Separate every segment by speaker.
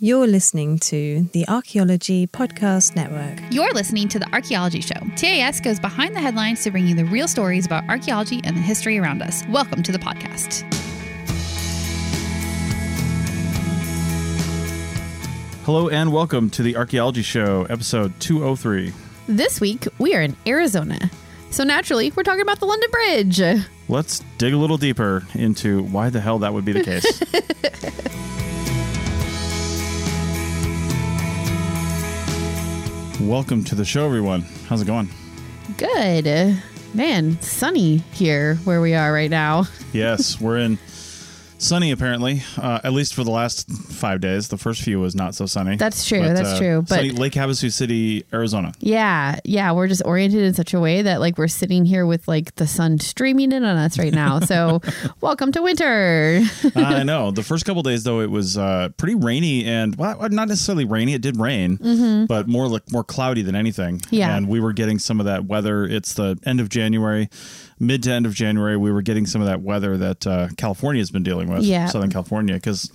Speaker 1: You're listening to the Archaeology Podcast Network.
Speaker 2: You're listening to The Archaeology Show. TAS goes behind the headlines to bring you the real stories about archaeology and the history around us. Welcome to the podcast.
Speaker 3: Hello and welcome to the Archaeology Show, episode 203.
Speaker 2: This week, we are in Arizona. So naturally, we're talking about the London Bridge.
Speaker 3: Let's dig a little deeper into why the hell that would be the case. welcome to the show, everyone. How's it going?
Speaker 4: Good. Man, sunny here where we are right now.
Speaker 3: Yes, we're in sunny apparently, uh, at least for the last five days. The first few was not so sunny. uh,
Speaker 4: That's true, that's true, but-
Speaker 3: sunny Lake Havasu City, Arizona.
Speaker 4: Yeah, yeah, we're just oriented in such a way that like we're sitting here with like the sun streaming in on us right now. So, welcome to winter.
Speaker 3: I know. The first couple days though, it was uh, pretty rainy and well, uh, not necessarily rainy. It did rain, but more like more cloudy than anything.
Speaker 4: Mm-hmm. Yeah.
Speaker 3: And we were getting some of that weather. It's the end of January, mid to end of January. We were getting some of that weather that uh, California has been dealing with.
Speaker 4: Yeah.
Speaker 3: Southern California, because.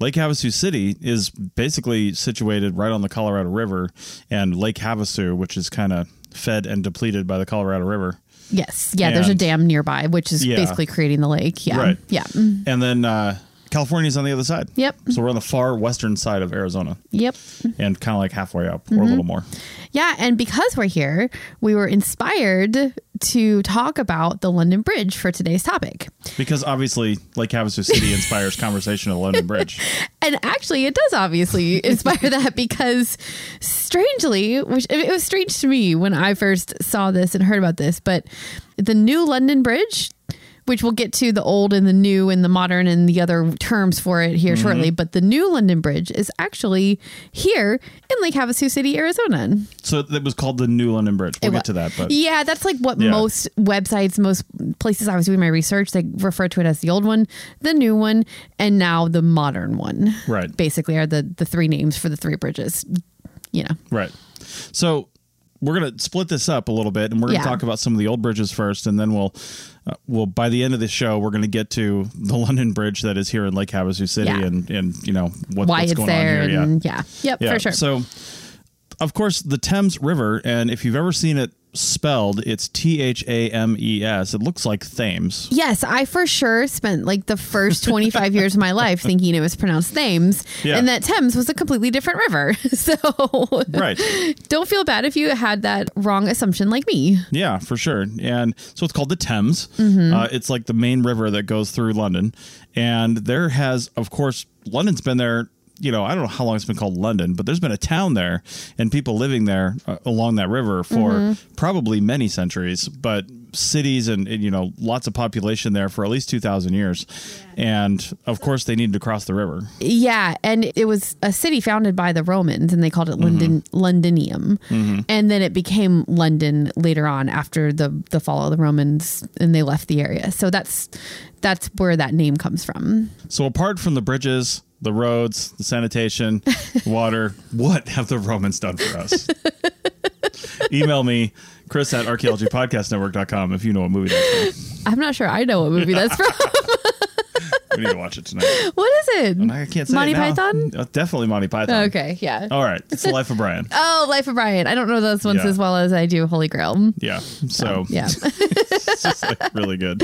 Speaker 3: Lake Havasu City is basically situated right on the Colorado River, and Lake Havasu, which is kind of fed and depleted by the Colorado River,
Speaker 4: Yes. Yeah, there's a
Speaker 3: And-
Speaker 4: dam nearby which is
Speaker 3: Yeah.
Speaker 4: basically creating the lake. Yeah.
Speaker 3: Right.
Speaker 4: Yeah. Mm.
Speaker 3: and then uh, California's on the other side.
Speaker 4: Yep.
Speaker 3: So we're on the far western side of Arizona.
Speaker 4: Yep.
Speaker 3: and kind of like halfway up or a
Speaker 4: Mm-hmm.
Speaker 3: little more.
Speaker 4: Yeah, and because we're here, we were inspired to talk about the London Bridge for today's topic.
Speaker 3: Because obviously, Lake Havasu City inspires conversation at London Bridge.
Speaker 4: And actually, it does obviously inspire that because, strangely, which it was strange to me when I first saw this and heard about this, but the new London Bridge, which we'll get to the old and the new and the modern and the other terms for it here shortly, but the new London Bridge is actually here in Lake Havasu City, Arizona.
Speaker 3: So that was called the New London Bridge. We'll get to that. But
Speaker 4: Yeah, that's like what
Speaker 3: Yeah.
Speaker 4: most websites, most places I was doing my research, they refer to it as the old one, the new one, and now the modern one.
Speaker 3: Right.
Speaker 4: Basically, are the the three names for the three bridges. You know.
Speaker 3: right. So we're going to split this up a little bit and we're going to
Speaker 4: Yeah.
Speaker 3: talk about some of the old bridges first. And then we'll, uh, we'll by the end of the show, we're going to get to the London Bridge that is here in Lake Havasu City
Speaker 4: Yeah.
Speaker 3: and, and, you know, what,
Speaker 4: Why
Speaker 3: what's
Speaker 4: it's
Speaker 3: going
Speaker 4: there
Speaker 3: on here. yeah.
Speaker 4: and yeah. Yep, for sure.
Speaker 3: So, of course, the Thames River, and if you've ever seen it spelled, it's T H A M E S. It looks like Thames.
Speaker 4: Yes, I for sure spent like the first 25 years of my life thinking it was pronounced Thames
Speaker 3: Yeah.
Speaker 4: and that Thames was a completely different river. So
Speaker 3: Right.
Speaker 4: don't feel bad if you had that wrong assumption like me.
Speaker 3: Yeah, for sure. And so it's called the Thames. Uh, it's like the main river that goes through London. And there has, of course, London's been there. You know, I don't know how long it's been called London, but there's been a town there and people living there uh, along that river for probably many centuries, but cities and, and, you know, lots of population there for at least 2,000 years. And of course, they needed to cross the river.
Speaker 4: Yeah, and it was a city founded by the Romans, and they called it London
Speaker 3: Mm-hmm.
Speaker 4: Londinium, and then it became London later on after the the fall of the Romans, and they left the area. So that's that's where that name comes from.
Speaker 3: So apart from the bridges, the roads, the sanitation, water, what have the Romans done for us? Email me, Chris at archaeologypodcastnetwork.com if you know what movie that's from.
Speaker 4: I'm not sure I know what movie that's from.
Speaker 3: We need to watch it tonight.
Speaker 4: what is it?
Speaker 3: I can't say
Speaker 4: Monty
Speaker 3: it now.
Speaker 4: Python.
Speaker 3: Uh, Definitely Monty Python.
Speaker 4: Okay, yeah.
Speaker 3: All right. It's the life of Brian.
Speaker 4: Oh, Life of Brian. I don't know those ones
Speaker 3: Oh. Yeah.
Speaker 4: as well as I do Holy Grail.
Speaker 3: Yeah. So
Speaker 4: Yeah.
Speaker 3: it's just like really good.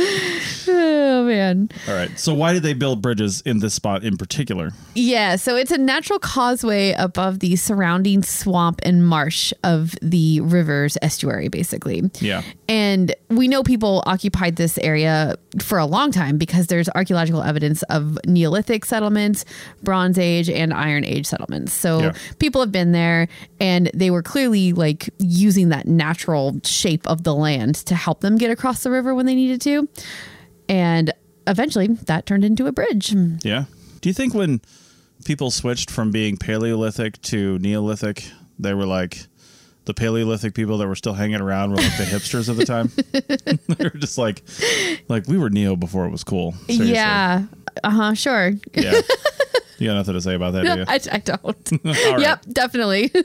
Speaker 4: oh man.
Speaker 3: All right. So why did they build bridges in this spot in particular?
Speaker 4: Yeah, so it's a natural causeway above the surrounding swamp and marsh of the river's estuary, basically.
Speaker 3: Yeah.
Speaker 4: And we know people occupied this area for a long time because there's archaeological evidence of Neolithic settlements, Bronze Age, and Iron Age settlements. So
Speaker 3: Yeah.
Speaker 4: people have been there and they were clearly like using that natural shape of the land to help them get across the river when they needed to. And eventually that turned into a bridge.
Speaker 3: Yeah. Do you think when people switched from being Paleolithic to Neolithic, they were like the Paleolithic people that were still hanging around were like the hipsters of the time. they were just like, like we were Neo before it was cool. Seriously.
Speaker 4: Yeah. Uh huh. Sure.
Speaker 3: Yeah. You got nothing to say about that, do you?
Speaker 4: I, I don't.
Speaker 3: All right.
Speaker 4: Yep. Definitely.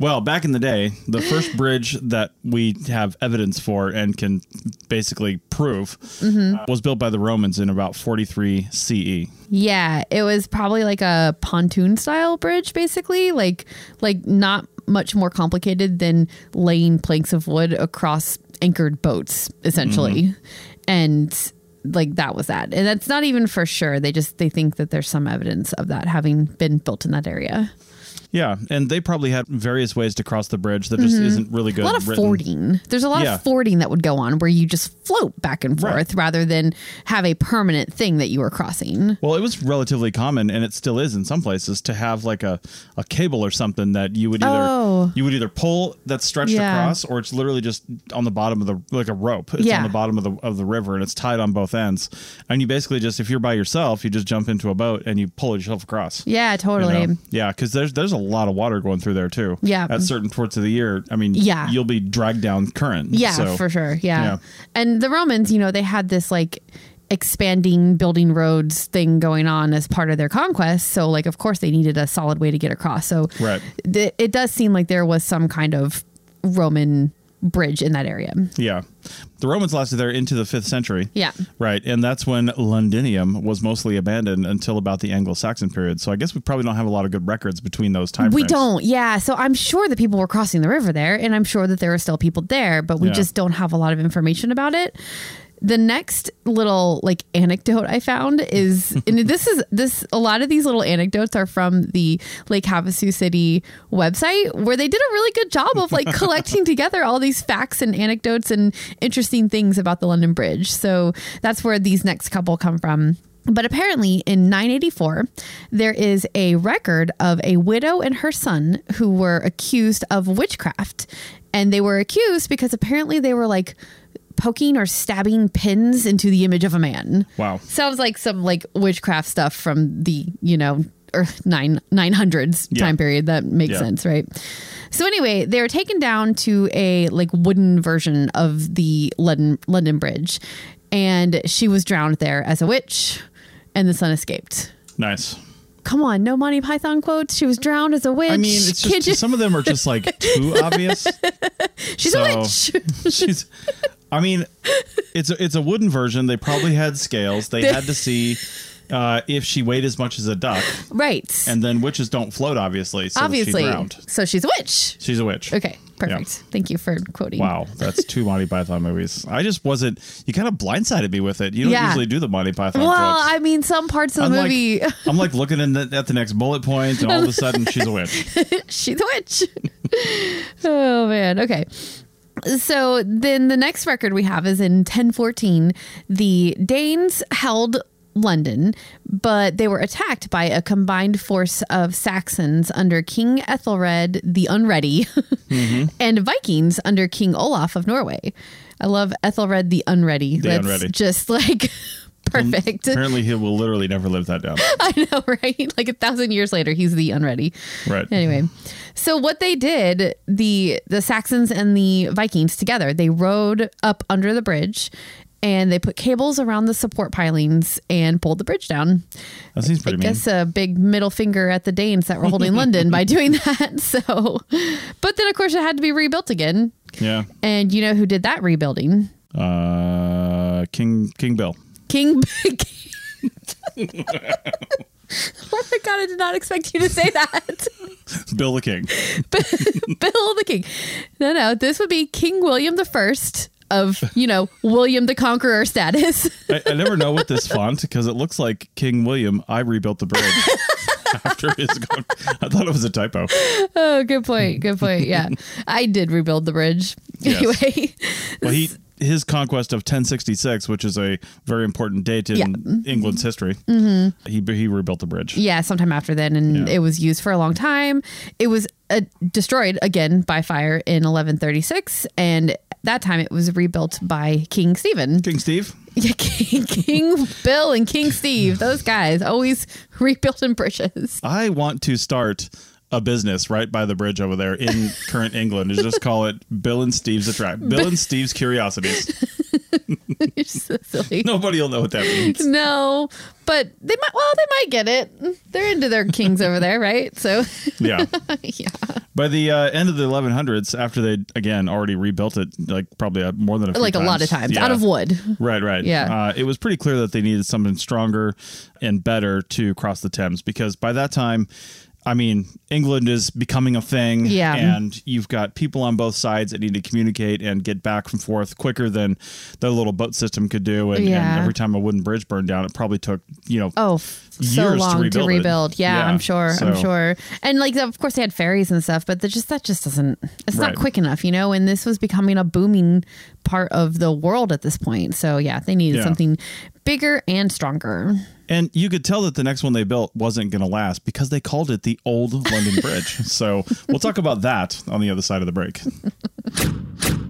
Speaker 3: Well, back in the day, the first bridge that we have evidence for and can basically prove
Speaker 4: Mm-hmm.
Speaker 3: uh, was built by the Romans in about E. 43 CE.
Speaker 4: Yeah, it was probably like a pontoon style bridge, basically, like like not much more complicated than laying planks of wood across anchored boats, essentially,
Speaker 3: Mm-hmm.
Speaker 4: and like that was that, and that's not even for sure. They just they think that there's some evidence of that having been built in that area.
Speaker 3: Yeah, and they probably had various ways to cross the bridge that just isn't really good.
Speaker 4: Mm-hmm. A lot of
Speaker 3: written.
Speaker 4: fording. There's a lot
Speaker 3: Yeah.
Speaker 4: of fording that would go on where you just float back and
Speaker 3: Right.
Speaker 4: forth rather than have a permanent thing that you were crossing.
Speaker 3: Well, it was relatively common, and it still is in some places to have like a, a cable or something that you would either
Speaker 4: Oh.
Speaker 3: you would either pull that's stretched
Speaker 4: Yeah.
Speaker 3: across, or it's literally just on the bottom of the like a rope. It's on
Speaker 4: Yeah.
Speaker 3: the bottom of the of the river, and it's tied on both ends. And you basically just if you're by yourself, you just jump into a boat and you pull yourself across.
Speaker 4: Yeah,
Speaker 3: you
Speaker 4: totally.
Speaker 3: know? Yeah, because there's there's a lot of water going through there too.
Speaker 4: Yeah.
Speaker 3: at certain parts of the year, I mean,
Speaker 4: Yeah.
Speaker 3: you'll be dragged down current.
Speaker 4: Yeah,
Speaker 3: so-
Speaker 4: for sure. Yeah.
Speaker 3: yeah.
Speaker 4: And the Romans, you know, they had this like expanding building roads thing going on as part of their conquest. So, like, of course, they needed a solid way to get across. So,
Speaker 3: Right.
Speaker 4: th- it does seem like there was some kind of Roman bridge in that area.
Speaker 3: Yeah. The Romans lasted there into the 5th century.
Speaker 4: Yeah.
Speaker 3: Right. And that's when Londinium was mostly abandoned until about the Anglo Saxon period. So I guess we probably don't have a lot of good records between those time
Speaker 4: We
Speaker 3: frames.
Speaker 4: don't, yeah. So I'm sure that people were crossing the river there, and I'm sure that there are still people there, but we
Speaker 3: Yeah.
Speaker 4: just don't have a lot of information about it. The next little like anecdote I found is, and this is this a lot of these little anecdotes are from the Lake Havasu City website where they did a really good job of like collecting together all these facts and anecdotes and interesting things about the London Bridge. So that's where these next couple come from. But apparently, in 984, there is a record of a widow and her son who were accused of witchcraft. And they were accused because apparently they were like poking or stabbing pins into the image of a man.
Speaker 3: Wow.
Speaker 4: Sounds like some like witchcraft stuff from the, you know, or nine nine hundreds
Speaker 3: Yeah.
Speaker 4: time period. That makes
Speaker 3: Yeah.
Speaker 4: sense, right? So anyway, they were taken down to a like wooden version of the London London Bridge, and she was drowned there as a witch, and the son escaped.
Speaker 3: Nice.
Speaker 4: Come on, no Monty Python quotes. She was drowned as a witch.
Speaker 3: I mean, it's
Speaker 4: Can't
Speaker 3: just, some of them are just like too obvious.
Speaker 4: you- she's a
Speaker 3: so-
Speaker 4: witch.
Speaker 3: She's, I mean, it's a, it's a wooden version. They probably had scales. They had to see uh, if she weighed as much as a duck.
Speaker 4: right.
Speaker 3: And then witches don't float, obviously. So
Speaker 4: Obviously.
Speaker 3: She drowned.
Speaker 4: so she's a witch.
Speaker 3: She's a witch.
Speaker 4: Okay, perfect. Thank you for quoting.
Speaker 3: Wow, that's two Monty Python movies. I just wasn't. You kind of blindsided me with it. You don't
Speaker 4: Yeah.
Speaker 3: usually do the Monty Python.
Speaker 4: Well,
Speaker 3: quotes.
Speaker 4: I mean, some parts of the
Speaker 3: I'm
Speaker 4: movie,
Speaker 3: Like, I'm like looking in the, at the next bullet point, and all of a sudden she's a witch.
Speaker 4: she's a witch. oh, man. Okay. So then the next record we have is in 1014. The Danes held London, but they were attacked by a combined force of Saxons under King Ethelred the Unready
Speaker 3: Mm-hmm.
Speaker 4: and Vikings under King Olaf of Norway. I love Ethelred the Unready.
Speaker 3: The
Speaker 4: That's
Speaker 3: Unready. Mm-hmm.
Speaker 4: just like perfect.
Speaker 3: Apparently, he will literally never live that down.
Speaker 4: I know, right? Like a thousand years later, he's the unready.
Speaker 3: Right.
Speaker 4: Anyway, so what they did, the the Saxons and the Vikings together, they rode up under the bridge, and they put cables around the support pilings and pulled the bridge down.
Speaker 3: That seems pretty
Speaker 4: I
Speaker 3: mean.
Speaker 4: guess a big middle finger at the Danes that were holding London by doing that. So, but then of course it had to be rebuilt again,
Speaker 3: Yeah.
Speaker 4: and you know who did that rebuilding?
Speaker 3: Uh, King King Bill.
Speaker 4: King. oh my god! I did not expect you to say that.
Speaker 3: Bill the King.
Speaker 4: Bill the King. No, no, this would be King William the First of you know William the Conqueror status.
Speaker 3: I, I never know what this font because it looks like King William. I rebuilt the bridge after his. Gone. I thought it was a typo.
Speaker 4: oh, good point. Good point. Yeah, I did rebuild the bridge.
Speaker 3: Yes.
Speaker 4: Anyway,
Speaker 3: Well, he his conquest of 1066, which is a very important date in
Speaker 4: Yeah.
Speaker 3: England's history. Mm-hmm. He he rebuilt the bridge.
Speaker 4: yeah, sometime after then, and
Speaker 3: Yeah.
Speaker 4: it was used for a long time. It was uh, destroyed again by fire in 1136, and that time it was rebuilt by King Stephen.
Speaker 3: King Steve.
Speaker 4: Yeah, King, King Bill and King Steve, those guys always rebuilding bridges.
Speaker 3: I want to start a business right by the bridge over there in current England. Is just call it Bill and Steve's Attract. Bill and Steve's Curiosities.
Speaker 4: You're so silly.
Speaker 3: Nobody will know what that means.
Speaker 4: No, but they might. Well, they might get it. They're into their kings over there, right? So,
Speaker 3: Yeah.
Speaker 4: yeah.
Speaker 3: By the uh, end of the 1100s, after they again already rebuilt it, like probably uh, more than a few
Speaker 4: Like a lot of times,
Speaker 3: Yeah.
Speaker 4: out of wood.
Speaker 3: Right, right.
Speaker 4: Yeah.
Speaker 3: Uh, it was pretty clear that they needed something stronger and better to cross the Thames because by that time, I mean, England is becoming a thing.
Speaker 4: Yeah.
Speaker 3: And you've got people on both sides that need to communicate and get back and forth quicker than their little boat system could do. And,
Speaker 4: Yeah.
Speaker 3: and every time a wooden bridge burned down, it probably took, you know,
Speaker 4: Oh, f- so
Speaker 3: Years to
Speaker 4: long to
Speaker 3: rebuild it.
Speaker 4: rebuild. Yeah,
Speaker 3: Yeah,
Speaker 4: I'm sure. I'm
Speaker 3: so-
Speaker 4: sure. And like, of course, they had ferries and stuff, but they're just that just doesn't. It's
Speaker 3: Right.
Speaker 4: not quick enough, you know. And this was becoming a booming part of the world at this point. So yeah, they needed
Speaker 3: Yeah.
Speaker 4: something bigger and stronger.
Speaker 3: And you could tell that the next one they built wasn't going to last because they called it the Old London Bridge. So we'll talk about that on the other side of the break.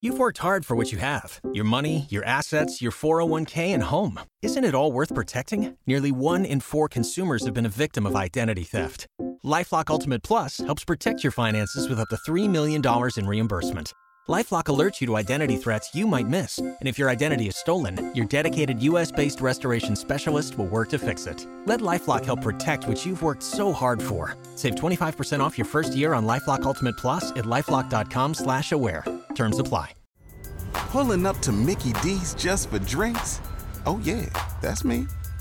Speaker 5: You've worked hard for what you have your money, your assets, your 401k, and home. Isn't it all worth protecting? Nearly one in four consumers have been a victim of identity theft. Lifelock Ultimate Plus helps protect your finances with up to $3 million in reimbursement. Lifelock alerts you to identity threats you might miss. And if your identity is stolen, your dedicated US based restoration specialist will work to fix it. Let Lifelock help protect what you've worked so hard for. Save 25% off your first year on Lifelock Ultimate Plus at lifelock.com slash aware. Terms apply.
Speaker 6: Pulling up to Mickey D's just for drinks? Oh, yeah, that's me.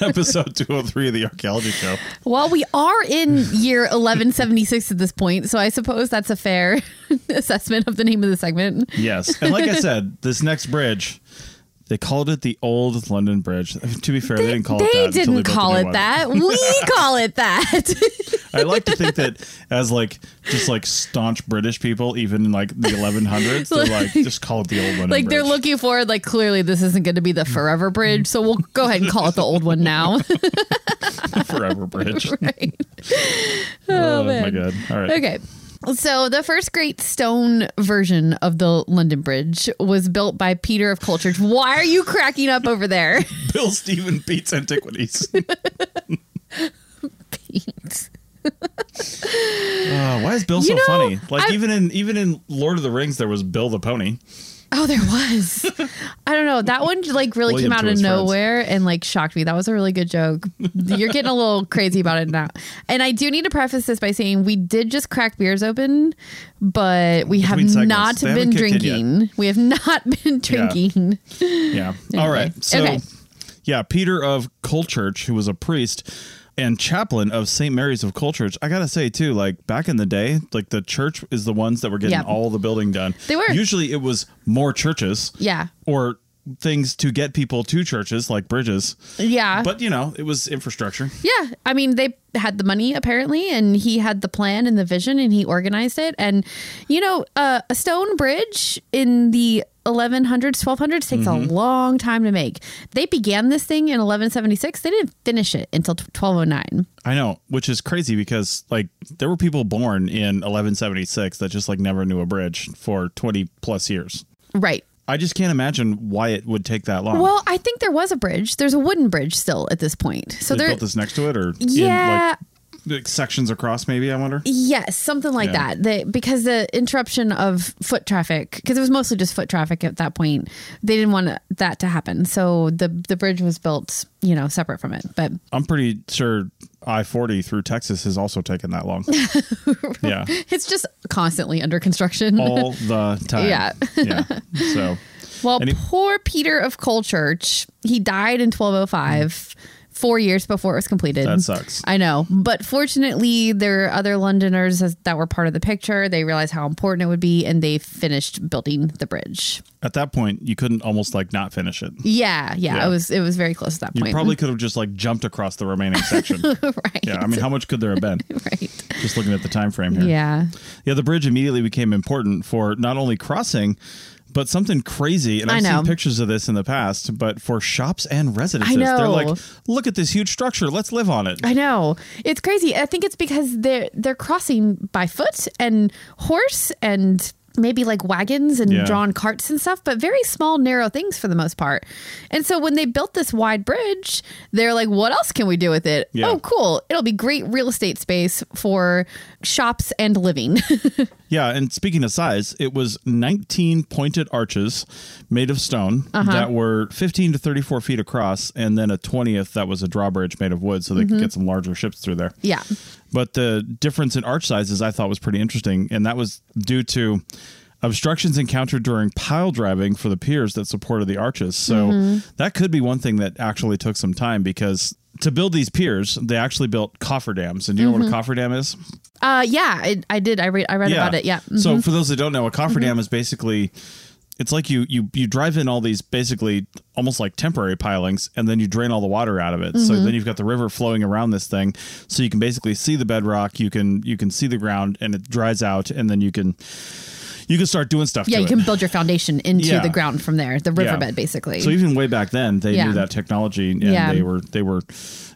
Speaker 3: Episode 203 of the Archaeology Show.
Speaker 4: Well, we are in year 1176 at this point, so I suppose that's a fair assessment of the name of the segment.
Speaker 3: Yes. And like I said, this next bridge, they called it the Old London Bridge. To be fair, they, didn't call it that.
Speaker 4: They
Speaker 3: until
Speaker 4: didn't
Speaker 3: built the
Speaker 4: call
Speaker 3: new
Speaker 4: it
Speaker 3: one.
Speaker 4: that. We call it that.
Speaker 3: I like to think that as like just like staunch British people, even in like the 1100s, they're like, just call it the Old London
Speaker 4: like
Speaker 3: Bridge.
Speaker 4: they're looking forward like clearly this isn't going to be the forever bridge so we'll go ahead and call it the old one now
Speaker 3: Forever Bridge.
Speaker 4: right
Speaker 3: Oh, my
Speaker 4: man.
Speaker 3: god! All right.
Speaker 4: okay so the first great stone version of the london bridge was built by peter of Colchurch. why are you cracking up over there
Speaker 3: Bill Stephen beats antiquities. Uh, why is Bill so
Speaker 4: You know,
Speaker 3: funny? Like
Speaker 4: I-
Speaker 3: even in even in Lord of the Rings, there was Bill the Pony.
Speaker 4: oh there was i don't know that one like really
Speaker 3: William
Speaker 4: came out
Speaker 3: to
Speaker 4: of
Speaker 3: his friends.
Speaker 4: nowhere and like shocked me that was a really good joke you're getting a little crazy about it now and i do need to preface this by saying we did just crack beers open but we have
Speaker 3: Between segments.
Speaker 4: not
Speaker 3: They
Speaker 4: been
Speaker 3: haven't kicked in yet.
Speaker 4: drinking we have not been drinking
Speaker 3: Yeah. All right. So,
Speaker 4: Okay.
Speaker 3: yeah, Peter of Colchurch, who was a priest and chaplain of St. Mary's of Colchurch, I gotta say too, like back in the day, like the church is the ones that were getting
Speaker 4: Yep.
Speaker 3: all the building done.
Speaker 4: They were.
Speaker 3: usually it was more churches.
Speaker 4: Yeah.
Speaker 3: Or things to get people to churches like bridges.
Speaker 4: yeah
Speaker 3: But you know, it was infrastructure.
Speaker 4: Yeah, I mean they had the money apparently, and he had the plan and the vision, and he organized it. And you know, uh, a stone bridge in the 1100s, 1200s takes
Speaker 3: Mm-hmm.
Speaker 4: a long time to make. They began this thing in 1176. They didn't finish it until 1209.
Speaker 3: I know, which is crazy because like there were people born in 1176 that just like never knew a bridge for 20 plus years.
Speaker 4: Right.
Speaker 3: I just can't imagine why it would take that long.
Speaker 4: Well, I think there was a bridge. There's a wooden bridge still at this point. So
Speaker 3: they
Speaker 4: there,
Speaker 3: built this next to it, or
Speaker 4: Yeah.
Speaker 3: in like, like sections across. Maybe I wonder.
Speaker 4: Yes, something like
Speaker 3: Yeah.
Speaker 4: that. They, because the interruption of foot traffic, because it was mostly just foot traffic at that point, they didn't want that to happen. So the the bridge was built, you know, separate from it. But
Speaker 3: I'm pretty sure I 40 through Texas has also taken that long. yeah,
Speaker 4: it's just constantly under construction.
Speaker 3: all the time.
Speaker 4: Yeah.
Speaker 3: yeah. So
Speaker 4: well,
Speaker 3: and he-
Speaker 4: poor Peter of Colchurch, he died in 1205 four years before it was completed.
Speaker 3: That sucks.
Speaker 4: I know. But fortunately, there are other Londoners as- that were part of the picture. They realized how important it would be and they finished building the bridge.
Speaker 3: At that point, you couldn't almost like not finish it.
Speaker 4: Yeah. Yeah.
Speaker 3: Yeah.
Speaker 4: It was it was very close to that
Speaker 3: You
Speaker 4: point.
Speaker 3: probably could have just like jumped across the remaining section.
Speaker 4: right.
Speaker 3: yeah, I mean, how much could there have been?
Speaker 4: right.
Speaker 3: Just looking at the time frame here.
Speaker 4: Yeah.
Speaker 3: Yeah, the bridge immediately became important for not only crossing, but something crazy. And
Speaker 4: I
Speaker 3: I've
Speaker 4: know.
Speaker 3: seen pictures of this in the past, but for shops and residences,
Speaker 4: I
Speaker 3: they're
Speaker 4: know.
Speaker 3: like, look at this huge structure. Let's live on it.
Speaker 4: I know. It's crazy. I think it's because they're they're crossing by foot and horse and maybe like wagons and
Speaker 3: Yeah.
Speaker 4: drawn carts and stuff, but very small, narrow things for the most part. And so when they built this wide bridge, they're like, what else can we do with it?
Speaker 3: Yeah.
Speaker 4: Oh, cool. It'll be great real estate space for shops and living.
Speaker 3: Yeah, and speaking of size, it was 19 pointed arches made of stone
Speaker 4: Uh-huh.
Speaker 3: that were 15 to 34 feet across, and then a 20th that was a drawbridge made of wood so they
Speaker 4: Mm-hmm.
Speaker 3: could get some larger ships through there.
Speaker 4: yeah.
Speaker 3: But the difference in arch sizes I thought was pretty interesting, and that was due to obstructions encountered during pile driving for the piers that supported the arches. So that could be one thing that actually took some time because to build these piers, they actually built cofferdams. And do you know what a cofferdam is?
Speaker 4: Uh, yeah, I, I did. I read, I read about it. Yeah. Mm-hmm.
Speaker 3: So for those that don't know, a cofferdam is basically it's like you you you drive in all these basically almost like temporary pilings and then you drain all the water out of it.
Speaker 4: Mm-hmm.
Speaker 3: So then you've got the river flowing around this thing so you can basically see the bedrock, you can you can see the ground and it dries out and then you can you can start doing stuff
Speaker 4: yeah,
Speaker 3: to
Speaker 4: you
Speaker 3: it.
Speaker 4: can build your foundation into
Speaker 3: Yeah.
Speaker 4: the ground from there, the
Speaker 3: Yeah.
Speaker 4: riverbed, basically.
Speaker 3: So even way back then, they
Speaker 4: Yeah.
Speaker 3: knew that technology, and
Speaker 4: Yeah.
Speaker 3: they were they were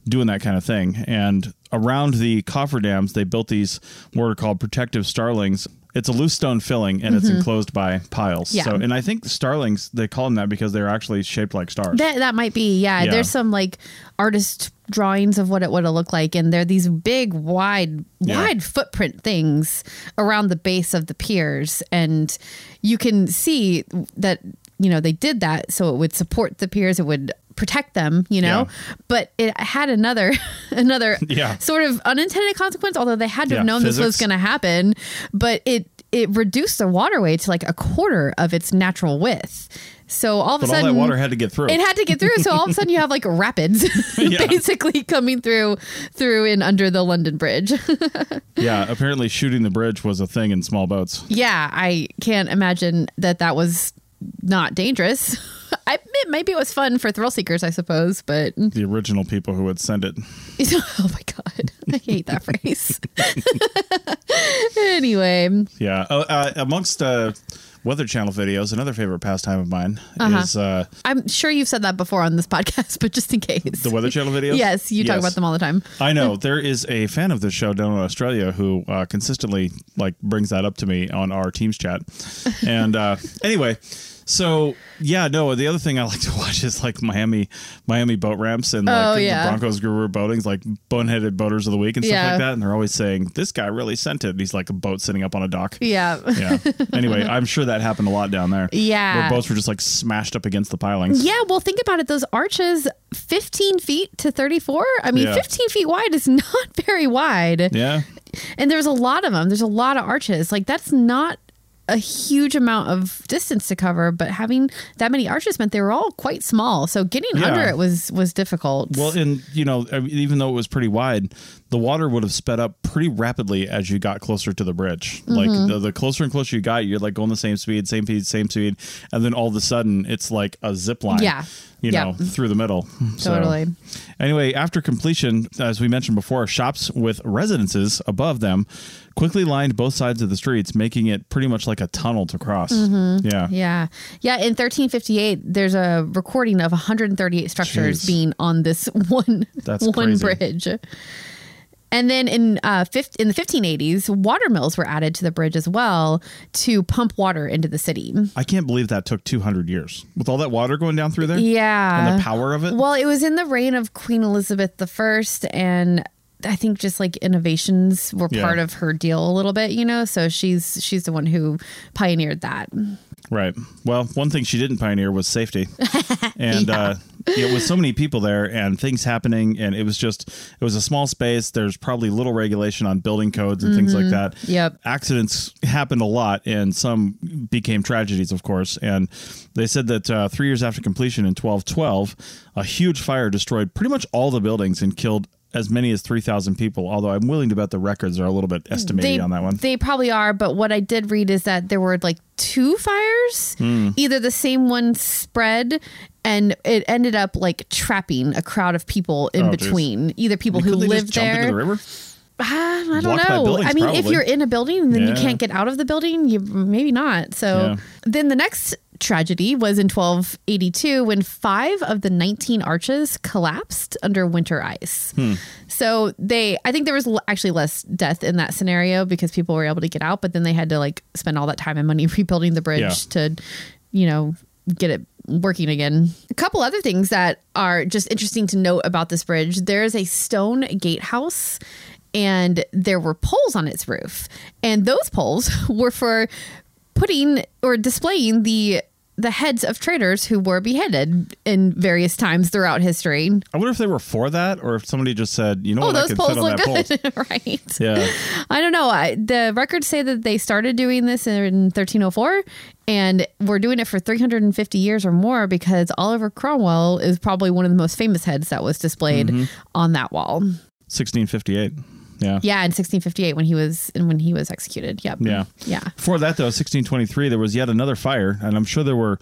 Speaker 3: doing that kind of thing. And around the cofferdams, they built these what are called protective starlings. It's a loose stone filling, and it's enclosed by piles.
Speaker 4: Mm-hmm. Yeah.
Speaker 3: So, and I think starlings they call them that because they're actually shaped like stars.
Speaker 4: That that might be yeah.
Speaker 3: Yeah.
Speaker 4: There's some like artist drawings of what it would have looked like, and they're these big, wide,
Speaker 3: Yeah.
Speaker 4: wide footprint things around the base of the piers, and you can see that you know they did that so it would support the piers, it would protect them, you know. But it had another another
Speaker 3: Yeah.
Speaker 4: sort of unintended consequence, although they had to have
Speaker 3: Yeah,
Speaker 4: known this was
Speaker 3: physics.
Speaker 4: going to happen, but it. It reduced the waterway to like a quarter of its natural width. So all of
Speaker 3: but
Speaker 4: a
Speaker 3: all
Speaker 4: sudden,
Speaker 3: that water had to get through.
Speaker 4: it had to get through. So all of a sudden, you have like rapids
Speaker 3: Yeah.
Speaker 4: basically coming through, through and under the London Bridge.
Speaker 3: yeah, apparently shooting the bridge was a thing in small boats.
Speaker 4: yeah, I can't imagine that that was not dangerous. I admit, maybe it was fun for thrill seekers, I suppose, but
Speaker 3: The original people who would send it.
Speaker 4: oh my god, I hate that phrase. anyway,
Speaker 3: Yeah, uh, uh, amongst uh, Weather Channel videos, another favorite pastime of mine
Speaker 4: Uh-huh.
Speaker 3: is uh,
Speaker 4: I'm sure you've said that before on this podcast, but just in case,
Speaker 3: the Weather Channel videos.
Speaker 4: yes, you talk
Speaker 3: Yes.
Speaker 4: about them all the time.
Speaker 3: I know there is a fan of this show down in Australia who uh, consistently like brings that up to me on our Teams chat. And uh, anyway, so yeah, no. The other thing I like to watch is like Miami, Miami boat ramps and like
Speaker 4: Oh,
Speaker 3: the
Speaker 4: yeah.
Speaker 3: Broncos guru boatings, like boneheaded boaters of the week and stuff
Speaker 4: Yeah.
Speaker 3: like that. And they're always saying this guy really sent it. And he's like a boat sitting up on a dock.
Speaker 4: Yeah.
Speaker 3: Yeah. Anyway, I'm sure that happened a lot down there.
Speaker 4: Yeah.
Speaker 3: Where boats were just like smashed up against the pilings.
Speaker 4: Yeah, well, think about it. Those arches, 15 feet to 34. I mean,
Speaker 3: Yeah.
Speaker 4: 15 feet wide is not very wide.
Speaker 3: Yeah.
Speaker 4: And there's a lot of them. There's a lot of arches. Like, that's not a huge amount of distance to cover, but having that many arches meant they were all quite small. So getting
Speaker 3: Yeah.
Speaker 4: under it was was difficult.
Speaker 3: Well, and you know, I mean, even though it was pretty wide, the water would have sped up pretty rapidly as you got closer to the bridge.
Speaker 4: Mm-hmm.
Speaker 3: Like the, the closer and closer you got, you're like going the same speed, same speed, same speed, and then all of a sudden it's like a zip line.
Speaker 4: Yeah.
Speaker 3: You
Speaker 4: Yeah.
Speaker 3: know, through the middle. So,
Speaker 4: Totally.
Speaker 3: anyway, after completion, as we mentioned before, shops with residences above them quickly lined both sides of the streets, making it pretty much like a tunnel to cross. Yeah.
Speaker 4: Mm-hmm. yeah. Yeah. In 1358, there's a recording of 138 structures
Speaker 3: Jeez.
Speaker 4: being on this one,
Speaker 3: That's
Speaker 4: one
Speaker 3: crazy.
Speaker 4: bridge. And then in uh, fif- in the 1580s, water mills were added to the bridge as well to pump water into the city.
Speaker 3: I can't believe that took 200 years with all that water going down through there.
Speaker 4: Yeah.
Speaker 3: And the power of it.
Speaker 4: Well, it was in the reign of Queen Elizabeth I, and I think just like innovations were
Speaker 3: Yeah.
Speaker 4: part of her deal a little bit, you know. So she's she's the one who pioneered that.
Speaker 3: Right. Well, one thing she didn't pioneer was safety. And uh, yeah, with so many people there and things happening, and it was just it was a small space. There's probably little regulation on building codes and things like that.
Speaker 4: Mm-hmm. Yep.
Speaker 3: accidents happened a lot, and some became tragedies, of course. And they said that uh, three years after completion in 1212, a huge fire destroyed pretty much all the buildings and killed. As many as 3,000 people, although I'm willing to bet the records are a little bit estimated
Speaker 4: Mm. They,
Speaker 3: on that one.
Speaker 4: they probably are, but what I did read is that there were like two fires.
Speaker 3: Hmm.
Speaker 4: Either the same one spread and it ended up like trapping a crowd of people in
Speaker 3: Oh, geez.
Speaker 4: between. Either people who
Speaker 3: Could they
Speaker 4: lived
Speaker 3: just jump
Speaker 4: there.
Speaker 3: into the river?
Speaker 4: Ah, I don't
Speaker 3: Blocked by
Speaker 4: know.
Speaker 3: buildings,
Speaker 4: I mean, if
Speaker 3: probably.
Speaker 4: you're in a building and then you
Speaker 3: Yeah.
Speaker 4: can't get out of the building, you maybe not. So
Speaker 3: Yeah.
Speaker 4: then the next tragedy was in 1282 when five of the 19 arches collapsed under winter ice.
Speaker 3: Hmm.
Speaker 4: So they, I think there was l- actually less death in that scenario because people were able to get out, but then they had to like spend all that time and money rebuilding the bridge to, you know, get it working again. A couple other things that are just interesting to note about this bridge there is a stone gatehouse and there were poles on its roof and those poles were for putting or displaying the the heads of traitors who were beheaded in various times throughout history.
Speaker 3: I wonder if they were for that or if somebody just said, you know
Speaker 4: Oh,
Speaker 3: what, I
Speaker 4: those
Speaker 3: could
Speaker 4: poles
Speaker 3: fit on
Speaker 4: look
Speaker 3: that pole.
Speaker 4: good, right?
Speaker 3: Yeah.
Speaker 4: I don't know. I, the records say that they started doing this in 1304 and we're doing it for 350 years or more because Oliver Cromwell is probably one of the most famous heads that was displayed
Speaker 3: Mm-hmm.
Speaker 4: on that wall.
Speaker 3: 1658. Yeah.
Speaker 4: Yeah, in 1658 when he was and when he was executed. Yep.
Speaker 3: Yeah.
Speaker 4: Yeah.
Speaker 3: Before that, though, 1623, there was yet another fire, and I'm sure there were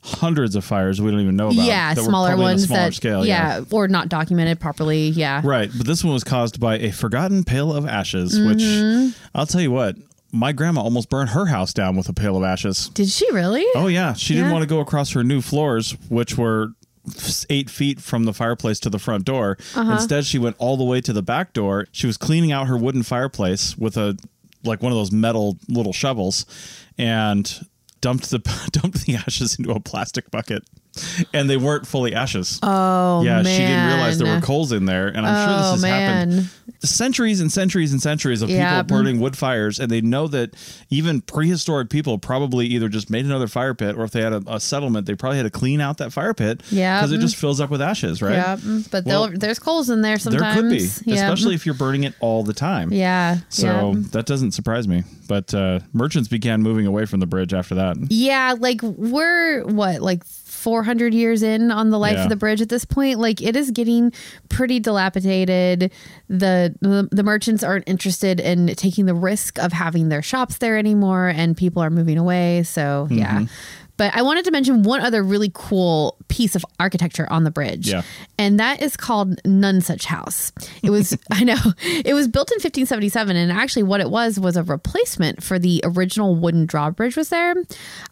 Speaker 3: hundreds of fires we don't even know about.
Speaker 4: yeah,
Speaker 3: that were
Speaker 4: smaller
Speaker 3: probably on a
Speaker 4: ones
Speaker 3: smaller
Speaker 4: that
Speaker 3: scale.
Speaker 4: yeah, or not documented properly. Yeah.
Speaker 3: Right. But this one was caused by a forgotten pail of ashes,
Speaker 4: Mm-hmm.
Speaker 3: which I'll tell you what, my grandma almost burned her house down with a pail of ashes.
Speaker 4: Did she really?
Speaker 3: Oh, yeah. She didn't
Speaker 4: Yeah.
Speaker 3: want to go across her new floors, which were f- eight feet from the fireplace to the front door. Instead, she went all the way to the back door. She was cleaning out her wooden fireplace with a like one of those metal little shovels, and dumped the dumped the ashes into a plastic bucket. And they weren't fully ashes. Oh, yeah. She didn't realize there
Speaker 4: man.
Speaker 3: were coals in there, and I'm sure this
Speaker 4: Oh,
Speaker 3: has
Speaker 4: man.
Speaker 3: happened centuries and centuries and centuries of
Speaker 4: Yeah.
Speaker 3: people burning wood fires, and they know that even prehistoric people probably either just made another fire pit, or if they had a, a settlement, they probably had to clean out that fire pit,
Speaker 4: Yeah. Mm-hmm.
Speaker 3: because it just fills up with ashes, right?
Speaker 4: Yeah, but
Speaker 3: Well,
Speaker 4: they'll- there's coals in there
Speaker 3: there
Speaker 4: sometimes.
Speaker 3: could be,
Speaker 4: yeah.
Speaker 3: especially if you're burning it all the time.
Speaker 4: yeah.
Speaker 3: So
Speaker 4: yeah.
Speaker 3: that doesn't surprise me. But uh, merchants began moving away from the bridge after that.
Speaker 4: Yeah, like we're what, like 400 years in on the life
Speaker 3: Yeah.
Speaker 4: of the bridge at this point. Like it is getting pretty dilapidated. The, the the merchants aren't interested in taking the risk of having their shops there anymore, and people are moving away. So yeah.
Speaker 3: Mm-hmm.
Speaker 4: But I wanted to mention one other really cool piece of architecture on the bridge.
Speaker 3: Yeah.
Speaker 4: And that is called Nunsuch House. It was, I know, it was built in 1577. And actually, what it was was a replacement for the original wooden drawbridge was there.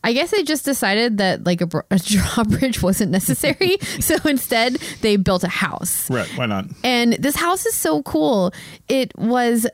Speaker 4: I guess they just decided that like a, br- a drawbridge wasn't necessary. so instead, they built a house.
Speaker 3: Right? Why not?
Speaker 4: And this house is so cool. It was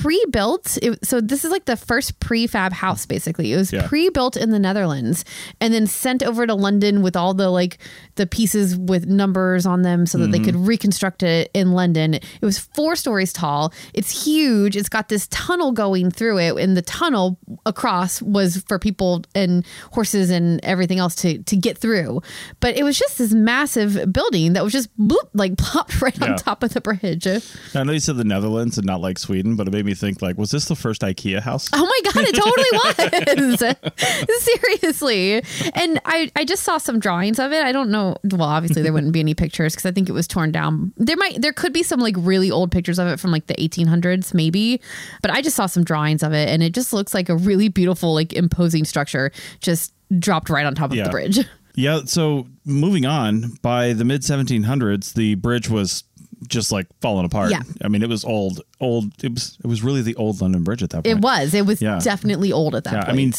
Speaker 4: pre-built it, so this is like the first prefab house basically it was
Speaker 3: Yeah.
Speaker 4: pre-built in the netherlands and then sent over to london with all the like the pieces with numbers on them so that they could reconstruct it in london it was four stories tall it's huge it's got this tunnel going through it and the tunnel across was for people and horses and everything else to to get through but it was just this massive building that was just bloop, like plopped right
Speaker 3: Yeah.
Speaker 4: on top of the bridge
Speaker 3: Now, I know you said the Netherlands and not like Sweden, but it made me think like, was this the first IKEA house?
Speaker 4: Oh my god, it totally was. Seriously. And I I just saw some drawings of it. I don't know. Well, obviously there wouldn't be any pictures cuz I think it was torn down. There might there could be some like really old pictures of it from like the 1800s maybe, but I just saw some drawings of it and it just looks like a really beautiful like imposing structure just dropped right on top of
Speaker 3: Yeah.
Speaker 4: the bridge.
Speaker 3: Yeah. So moving on, by the mid 1700s, the bridge was just like falling apart.
Speaker 4: Yeah.
Speaker 3: I mean, it was old, old. It was it was really the old London Bridge at that
Speaker 4: It
Speaker 3: point.
Speaker 4: was. It was
Speaker 3: Yeah.
Speaker 4: definitely old at that
Speaker 3: Yeah,
Speaker 4: point.
Speaker 3: I mean,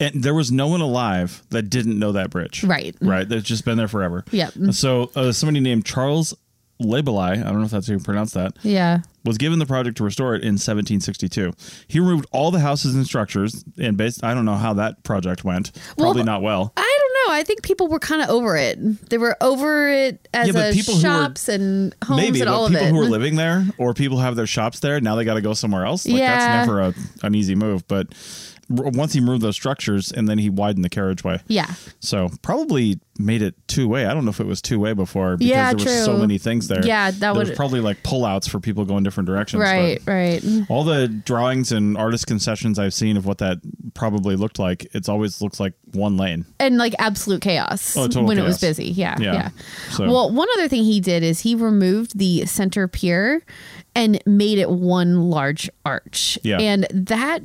Speaker 3: and there was no one alive that didn't know that bridge.
Speaker 4: Right.
Speaker 3: Right. That's just been there forever.
Speaker 4: Yep.
Speaker 3: So uh, somebody named Charles Labelai, I don't know if that's how you pronounce that,
Speaker 4: yeah.
Speaker 3: was given the project to restore it in 1762. He removed all the houses and structures, and based I don't know how that project went. Probably not well.
Speaker 4: I don't know. I think people were kind of over it. They were over it as
Speaker 3: Yeah, but
Speaker 4: a
Speaker 3: people who were-
Speaker 4: shops and homes
Speaker 3: Maybe,
Speaker 4: and
Speaker 3: but
Speaker 4: all of
Speaker 3: people
Speaker 4: it.
Speaker 3: who are living there or people who have their shops there now they got to go somewhere else. Like
Speaker 4: Yeah.
Speaker 3: that's never a, an easy move. But r- once he moved those structures and then he widened the carriageway,
Speaker 4: yeah,
Speaker 3: so probably made it two way. I don't know if it was two way before because
Speaker 4: Yeah,
Speaker 3: there were so
Speaker 4: true.
Speaker 3: many things there.
Speaker 4: Yeah, that
Speaker 3: There was
Speaker 4: would-
Speaker 3: probably like pullouts for people going different directions. but-
Speaker 4: right, right.
Speaker 3: all the drawings and artist concessions I've seen of what that probably looked like, it's always looks like one lane.
Speaker 4: and like absolute chaos
Speaker 3: Oh, total
Speaker 4: when it was
Speaker 3: chaos.
Speaker 4: busy. Yeah,
Speaker 3: Yeah.
Speaker 4: yeah.
Speaker 3: So-
Speaker 4: Well, one other thing he did is he removed the center pier and made it one large arch.
Speaker 3: Yeah.
Speaker 4: and that.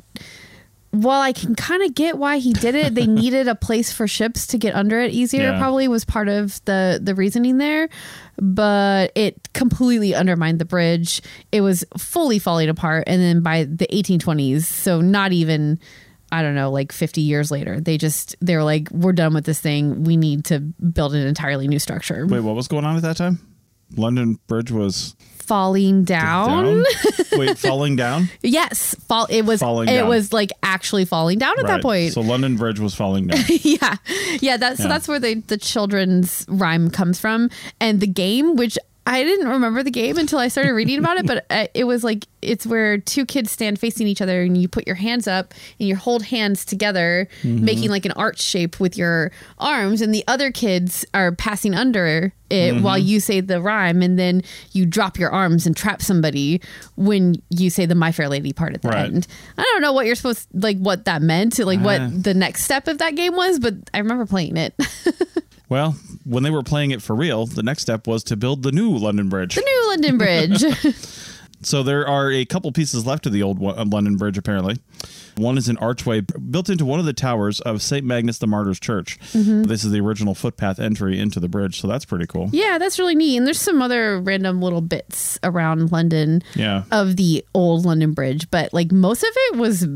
Speaker 4: While I can kind of get why he did it, they needed a place for ships to get under it easier.
Speaker 3: Yeah.
Speaker 4: Probably was part of the the reasoning there, but it completely undermined the bridge. It was fully falling apart, and then by the 1820s, so not even I don't know, like 50 years later, they just they were like, we're done with this thing. We need to build an entirely new structure.
Speaker 3: Wait, what was going on at that time? London Bridge was
Speaker 4: Falling down.
Speaker 3: down. Wait, falling down
Speaker 4: Yes, fall. It was
Speaker 3: Falling
Speaker 4: it
Speaker 3: down.
Speaker 4: was like actually falling down at
Speaker 3: Right.
Speaker 4: that point.
Speaker 3: So London Bridge was falling down.
Speaker 4: yeah, yeah. That's so
Speaker 3: Yeah.
Speaker 4: that's where the the children's rhyme comes from, and the game, which I didn't remember the game until I started reading about it, but uh, it was like it's where two kids stand facing each other, and you put your hands up and you hold hands together, making like an arch shape with your arms, and the other kids are passing under it while you say the rhyme, and then you drop your arms and trap somebody when you say the My Fair Lady part at the
Speaker 3: Right.
Speaker 4: end. I don't know what you're supposed like what that meant, like
Speaker 3: Ah.
Speaker 4: what the next step of that game was, but I remember playing it.
Speaker 3: well, when they were playing it for real, the next step was to build the new London Bridge.
Speaker 4: New London Bridge.
Speaker 3: So there are a couple pieces left of the old one, London Bridge, apparently. One is an archway built into one of the towers of St. Magnus the Martyr's Church.
Speaker 4: Mm-hmm.
Speaker 3: This is the original footpath entry into the bridge, so that's pretty cool.
Speaker 4: yeah, that's really neat. And there's some other random little bits around London
Speaker 3: Yeah.
Speaker 4: of the old London Bridge, but like most of it was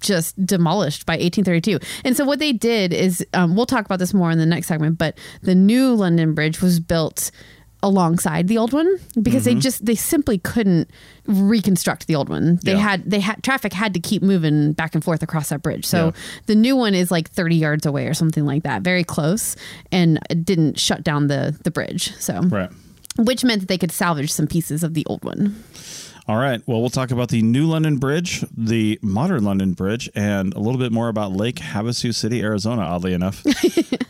Speaker 4: just demolished by 1832. And so what they did is um, we'll talk about this more in the next segment, but the new London Bridge was built alongside the old one because
Speaker 3: Mm-hmm.
Speaker 4: they just they simply couldn't reconstruct the old one. They
Speaker 3: Yeah.
Speaker 4: had they had traffic had to keep moving back and forth across that bridge. So
Speaker 3: Yeah.
Speaker 4: the new one is like 30 yards away or something like that, very close and it didn't shut down the the bridge. So
Speaker 3: Right.
Speaker 4: which meant that they could salvage some pieces of the old one.
Speaker 3: All right. Well, we'll talk about the new London Bridge, the modern London Bridge, and a little bit more about Lake Havasu City, Arizona, oddly enough,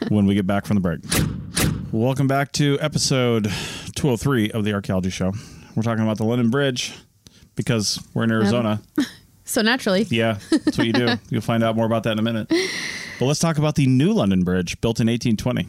Speaker 3: when we get back from the break. Welcome back to episode 203 of the Archaeology Show. We're talking about the London Bridge because we're in Arizona.
Speaker 4: So naturally,
Speaker 3: Yeah, that's what you do. You'll find out more about that in a minute. But let's talk about the new London Bridge built in 1820.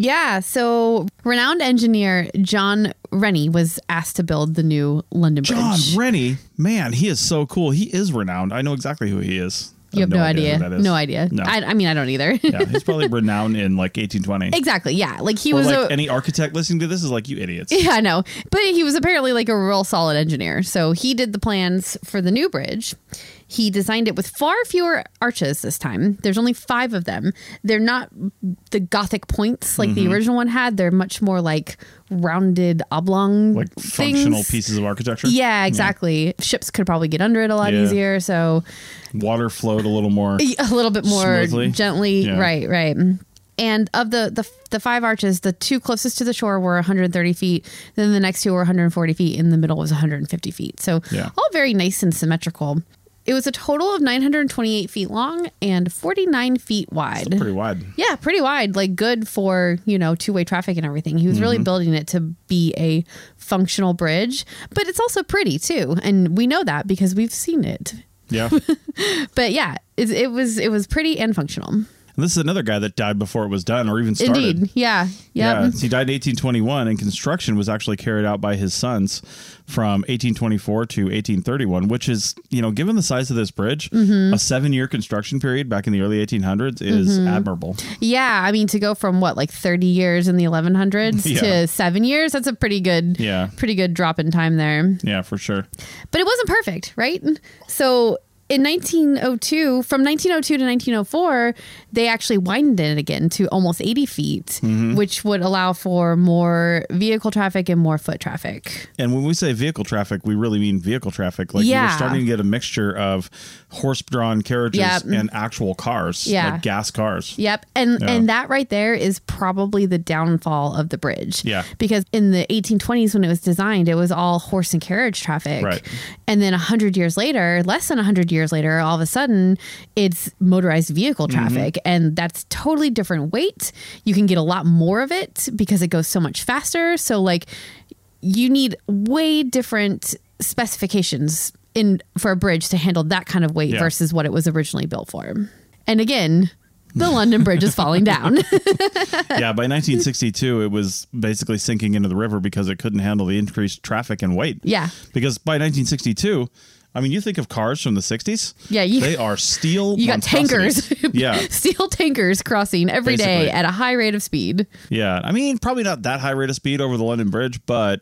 Speaker 4: Yeah. So renowned engineer John Rennie was asked to build the new London
Speaker 3: John
Speaker 4: Bridge.
Speaker 3: Rennie, man, he is so cool. He is renowned. I know exactly who he is. I
Speaker 4: you have no, idea.
Speaker 3: who that is.
Speaker 4: No idea.
Speaker 3: No.
Speaker 4: I, I mean, I don't either.
Speaker 3: yeah, he's probably renowned in like 1820.
Speaker 4: exactly. Yeah. Like he
Speaker 3: Or
Speaker 4: was
Speaker 3: like
Speaker 4: a.
Speaker 3: any architect listening to this is like, you idiots.
Speaker 4: yeah, I know. But he was apparently like a real solid engineer. So he did the plans for the new bridge. He designed it with far fewer arches this time. There's only five of them. They're not the Gothic points like
Speaker 3: Mm-hmm.
Speaker 4: the original one had. They're much more like rounded oblong,
Speaker 3: Like
Speaker 4: things.
Speaker 3: functional pieces of architecture.
Speaker 4: Yeah, exactly. Ships could probably get under it a lot
Speaker 3: Yeah.
Speaker 4: easier. So e,
Speaker 3: Water flowed a little more.
Speaker 4: a little bit more
Speaker 3: Smoothly.
Speaker 4: gently.
Speaker 3: Yeah.
Speaker 4: Right, right. And of the, the the five arches, the two closest to the shore were 130 feet. Then the next two were 140 feet. In the middle was 150 feet. So
Speaker 3: Yeah.
Speaker 4: all very nice and symmetrical. It was a total of 928 feet long and 49 feet wide.
Speaker 3: Pretty wide.
Speaker 4: Yeah, pretty wide, like good for, you know, two way traffic and everything. He was really
Speaker 3: Mm-hmm.
Speaker 4: building it to be a functional bridge, but it's also pretty too. And we know that because we've seen it.
Speaker 3: Yeah. and
Speaker 4: But yeah, it, it was it was pretty and functional.
Speaker 3: this is another guy that died before it was done or even started.
Speaker 4: Indeed. Yeah.
Speaker 3: Yeah,
Speaker 4: Yep.
Speaker 3: he died in 1821, and construction was actually carried out by his sons from 1824 to 1831, which is, you know, given the size of this bridge,
Speaker 4: Mm-hmm.
Speaker 3: a seven year construction period back in the early 1800s is admirable.
Speaker 4: Yeah. I mean to go from what like 30 years in the 1100s
Speaker 3: Yeah.
Speaker 4: to 7 years, that's a pretty good
Speaker 3: Yeah.
Speaker 4: pretty good drop in time there.
Speaker 3: Yeah, for sure.
Speaker 4: But it wasn't perfect, right? So in 1902, from 1902 to 1904, they actually widened it again to almost 80 feet,
Speaker 3: Mm-hmm.
Speaker 4: which would allow for more vehicle traffic and more foot traffic.
Speaker 3: And when we say vehicle traffic, we really mean vehicle traffic. Like
Speaker 4: Yeah.
Speaker 3: we're starting to get a mixture of horse-drawn carriages
Speaker 4: Yep. Mm.
Speaker 3: and actual cars,
Speaker 4: Yeah.
Speaker 3: like gas cars.
Speaker 4: Yep. And
Speaker 3: Yeah.
Speaker 4: and that right there is probably the downfall of the bridge.
Speaker 3: Yeah.
Speaker 4: Because in the 1820s when it was designed, it was all horse and carriage traffic.
Speaker 3: Right.
Speaker 4: And then 100 years later, less than 100 years later, all of a sudden it's motorized vehicle
Speaker 3: Mm-hmm.
Speaker 4: traffic and that's totally different weight. You can get a lot more of it because it goes so much faster. So like you need way different specifications in for a bridge to handle that kind of weight
Speaker 3: Yeah.
Speaker 4: versus what it was originally built for. And again, the London Bridge is falling down.
Speaker 3: yeah, by 1962, it was basically sinking into the river because it couldn't handle the increased traffic and weight.
Speaker 4: Yeah.
Speaker 3: Because by 1962, I mean, you think of cars from the 60s.
Speaker 4: Yeah, you-
Speaker 3: they are steel.
Speaker 4: you got
Speaker 3: monstrosities.
Speaker 4: tankers,
Speaker 3: yeah,
Speaker 4: steel tankers crossing every day
Speaker 3: Basically.
Speaker 4: at a high rate of speed.
Speaker 3: yeah. I mean, probably not that high rate of speed over the London Bridge, but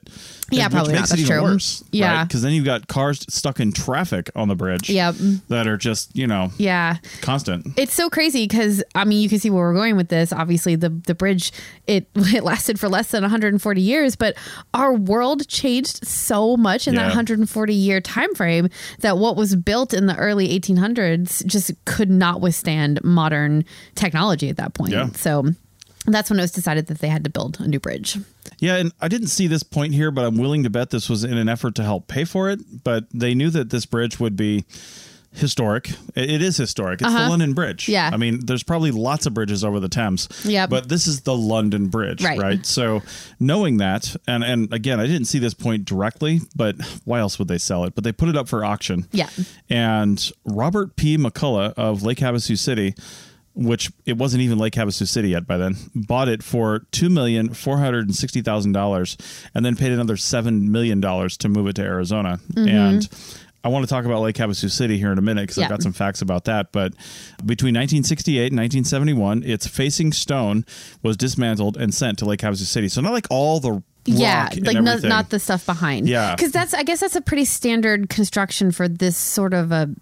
Speaker 4: Yeah,
Speaker 3: which
Speaker 4: probably not.
Speaker 3: makes
Speaker 4: That's
Speaker 3: it even
Speaker 4: true.
Speaker 3: worse.
Speaker 4: Yeah.
Speaker 3: because then you've got cars stuck in traffic on the bridge.
Speaker 4: Yep.
Speaker 3: that are just you know
Speaker 4: Yeah.
Speaker 3: constant.
Speaker 4: It's so crazy because I mean you can see where we're going with this. Obviously, the the bridge it it lasted for less than 140 years, but our world changed so much in that
Speaker 3: Yeah.
Speaker 4: 140 year time frame that what was built in the early 1800s just could not withstand modern technology at that point.
Speaker 3: Yeah.
Speaker 4: So that's when it was decided that they had to build a new bridge.
Speaker 3: Yeah, and I didn't see this point here, but I'm willing to bet this was in an effort to help pay for it. But they knew that this bridge would be historic. It it is historic. It's the London Bridge.
Speaker 4: Uh-huh. Yeah.
Speaker 3: I mean, there's probably lots of bridges over the Thames.
Speaker 4: Yep.
Speaker 3: But this is the London Bridge,
Speaker 4: Right.
Speaker 3: right? So knowing that, and and again, I didn't see this point directly, but why else would they sell it? But they put it up for auction.
Speaker 4: Yeah.
Speaker 3: And Robert P. McCullough of Lake Havasu City, which it wasn't even Lake Havasu City yet by then, bought it for two million four hundred and sixty thousand dollars, and then paid another seven million dollars to move it to Arizona.
Speaker 4: Mm-hmm.
Speaker 3: And I want to talk about Lake Havasu City here in a minute because
Speaker 4: Yeah.
Speaker 3: I've got some facts about that. But between 1968 and 1971, its facing stone was dismantled and sent to Lake Havasu City. So not like all the
Speaker 4: yeah,
Speaker 3: rock and
Speaker 4: like not,
Speaker 3: everything.
Speaker 4: not the stuff behind.
Speaker 3: Yeah.
Speaker 4: because that's I guess that's a pretty standard construction for this sort of a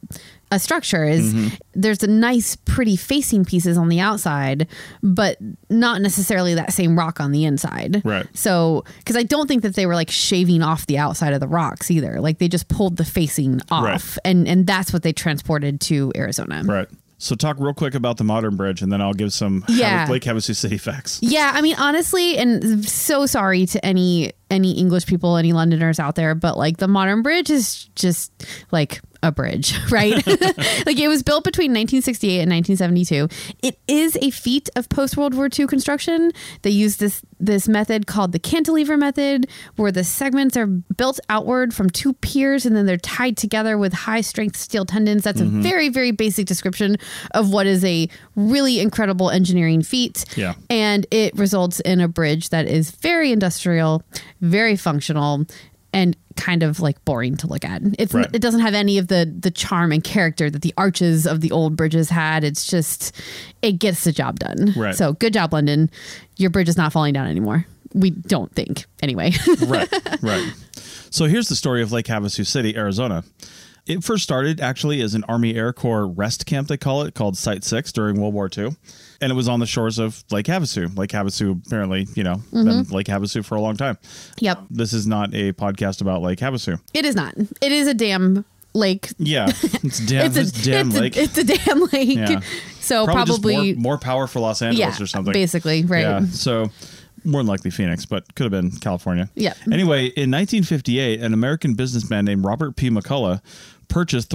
Speaker 4: a structure. Is
Speaker 3: Mm-hmm.
Speaker 4: there's a nice, pretty facing pieces on the outside, but not necessarily that same rock on the inside.
Speaker 3: Right.
Speaker 4: So, because I don't think that they were like shaving off the outside of the rocks either. Like they just pulled the facing off,
Speaker 3: Right.
Speaker 4: and and that's what they transported to Arizona.
Speaker 3: Right. So talk real quick about the modern bridge, and then I'll give some
Speaker 4: Yeah.
Speaker 3: Lake Havasu City facts.
Speaker 4: Yeah, I mean, honestly, and so sorry to any any English people, any Londoners out there, but like the modern bridge is just like a bridge, right? like it was built between 1968 and 1972. It is a feat of post World War II construction. They use this this method called the cantilever method, where the segments are built outward from two piers and then they're tied together with high strength steel tendons. That's a very very basic description of what is a really incredible engineering feat
Speaker 3: Yeah.
Speaker 4: and it results in a bridge that is very industrial, very functional, and kind of like boring to look at. It's
Speaker 3: Right.
Speaker 4: it doesn't have any of the the charm and character that the arches of the old bridges had. It's just it gets the job done.
Speaker 3: Right.
Speaker 4: So good job, London. Your bridge is not falling down anymore. We don't think anyway.
Speaker 3: right, right. So here's the story of Lake Havasu City, Arizona. It first started actually as an Army Air Corps rest camp, they call it, called Site 6 during World War II. And it was on the shores of Lake Havasu. Lake Havasu, apparently, you know,
Speaker 4: Mm-hmm.
Speaker 3: been Lake Havasu for a long time.
Speaker 4: yep.
Speaker 3: This is not a podcast about Lake Havasu.
Speaker 4: It is not. It is a damn lake.
Speaker 3: Yeah. It's damn, it's damn
Speaker 4: it's
Speaker 3: lake.
Speaker 4: A, it's a damn lake.
Speaker 3: Yeah.
Speaker 4: So
Speaker 3: probably, just
Speaker 4: probably,
Speaker 3: more, more power for Los Angeles
Speaker 4: yeah,
Speaker 3: or something.
Speaker 4: basically, right.
Speaker 3: Yeah, so more than likely Phoenix, but could have been California.
Speaker 4: Yeah.
Speaker 3: Anyway, in 1958, an American businessman named Robert P. McCullough purchased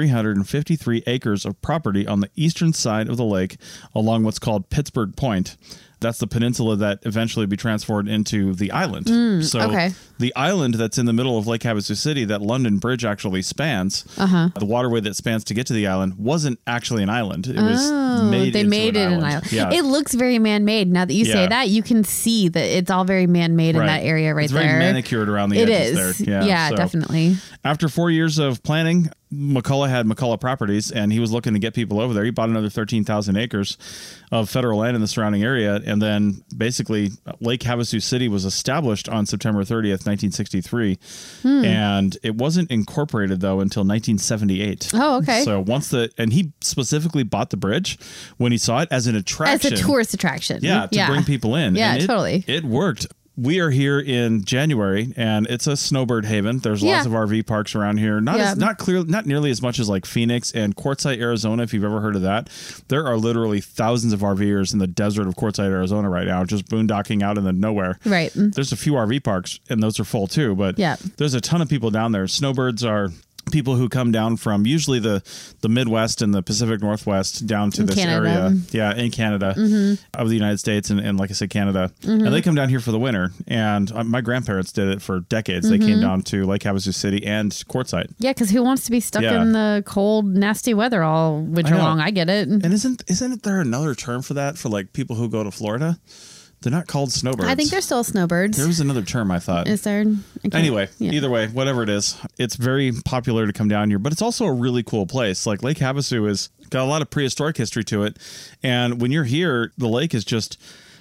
Speaker 3: 3,353 acres of property on the eastern side of the lake along what's called Pittsburgh Point. That's the peninsula that eventually would be transformed into the island.
Speaker 4: Hmm,
Speaker 3: so
Speaker 4: okay.
Speaker 3: the island that's in the middle of Lake Havasu City that London Bridge actually spans, uh-huh. the waterway that spans to get to the island wasn't actually an island. It was
Speaker 4: Oh,
Speaker 3: made
Speaker 4: they
Speaker 3: into
Speaker 4: made it
Speaker 3: an
Speaker 4: an
Speaker 3: island.
Speaker 4: island.
Speaker 3: Yeah.
Speaker 4: It looks very man-made. Now that you say
Speaker 3: Yeah.
Speaker 4: that, you can see that it's all very man-made in
Speaker 3: Right.
Speaker 4: that area right
Speaker 3: It's
Speaker 4: there.
Speaker 3: very manicured around the
Speaker 4: It
Speaker 3: edges
Speaker 4: is.
Speaker 3: there. Yeah, so-
Speaker 4: definitely.
Speaker 3: After four years of planning, McCullough had McCullough Properties, and he was looking to get people over there. He bought another thirteen thousand acres of federal land in the surrounding area, and then basically uh, Lake Havasu City was established on September thirtieth, nineteen sixty three,
Speaker 4: Hmm.
Speaker 3: and it wasn't incorporated though until nineteen seventy eight.
Speaker 4: Oh, okay.
Speaker 3: So once the and he specifically bought the bridge when he saw it as an
Speaker 4: as
Speaker 3: attraction
Speaker 4: a tourist attraction.
Speaker 3: yeah, to bring people in.
Speaker 4: Yeah,
Speaker 3: And it-
Speaker 4: totally.
Speaker 3: It worked. We are here in January, and it's a snowbird haven. There's lots
Speaker 4: Yeah.
Speaker 3: of RV parks around here. Not
Speaker 4: Yeah.
Speaker 3: as, not clear, not nearly as much as like Phoenix and Quartzsite, Arizona. If you've ever heard of that, there are literally thousands of RVers in the desert of Quartzsite, Arizona, right now, just boondocking out in the nowhere.
Speaker 4: Right. Mm.
Speaker 3: There's a few RV parks, and those are full too. But
Speaker 4: Yeah.
Speaker 3: there's a ton of people down there. Snowbirds are people who come down from usually the the Midwest and the Pacific Northwest down to
Speaker 4: In
Speaker 3: this
Speaker 4: Canada. Mm-hmm.
Speaker 3: area. Yeah, in Canada of the United States and, and like I said, Canada. And they come down here for the winter. And uh, my grandparents did it for decades. They
Speaker 4: Mm-hmm.
Speaker 3: came down to Lake Havasu City and Quartzsite.
Speaker 4: Yeah, because who wants to be stuck
Speaker 3: Yeah.
Speaker 4: in the cold, nasty weather all winter
Speaker 3: I know.
Speaker 4: long? I get it.
Speaker 3: And isn't isn't there another term for that for like people who go to Florida? They're not called snowbirds.
Speaker 4: I think there's still snowbirds.
Speaker 3: there was another term I thought.
Speaker 4: Is there? I can't-
Speaker 3: Anyway,
Speaker 4: yeah.
Speaker 3: either way, whatever it is, it's very popular to come down here, but it's also a really cool place. Like Lake Havasu has got a lot of prehistoric history to it. And when you're here, the lake is just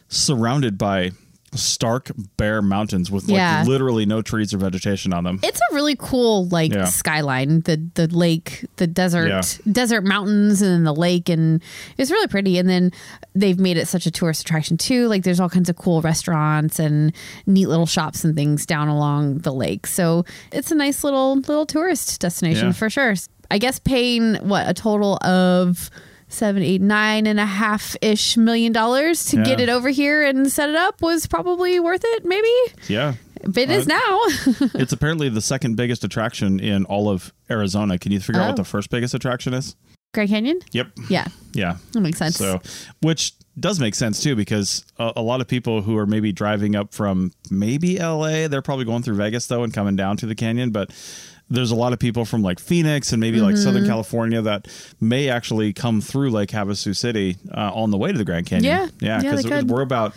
Speaker 3: surrounded by stark bare mountains with like
Speaker 4: Yeah.
Speaker 3: literally no trees or vegetation on them.
Speaker 4: It's a really cool like
Speaker 3: Yeah.
Speaker 4: skyline. The the lake, the desert,
Speaker 3: Yeah.
Speaker 4: desert mountains, and then the lake, and it's really pretty. And then they've made it such a tourist attraction too. Like there's all kinds of cool restaurants and neat little shops and things down along the lake. So it's a nice little little tourist destination
Speaker 3: Yeah.
Speaker 4: for sure. I guess paying what a total of seven, eight, nine and a half ish million dollars to get
Speaker 3: Yeah.
Speaker 4: it over here and set it up was probably worth it. Maybe
Speaker 3: yeah.
Speaker 4: but it is now.
Speaker 3: it's apparently the second biggest attraction in all of Arizona. Can you figure out
Speaker 4: Oh.
Speaker 3: what the first biggest attraction is?
Speaker 4: Grand Canyon.
Speaker 3: Yep.
Speaker 4: Yeah,
Speaker 3: Yeah.
Speaker 4: that makes sense.
Speaker 3: So, which does make sense too, because a, a lot of people who are maybe driving up from maybe LA, they're probably going through Vegas though and coming down to the canyon. But there's a lot of people from like Phoenix and maybe like
Speaker 4: Mm-hmm.
Speaker 3: Southern California that may actually come through Lake Havasu City uh, on the way to the Grand Canyon.
Speaker 4: Yeah.
Speaker 3: Yeah.
Speaker 4: Yeah, they
Speaker 3: Because
Speaker 4: could.
Speaker 3: we're about,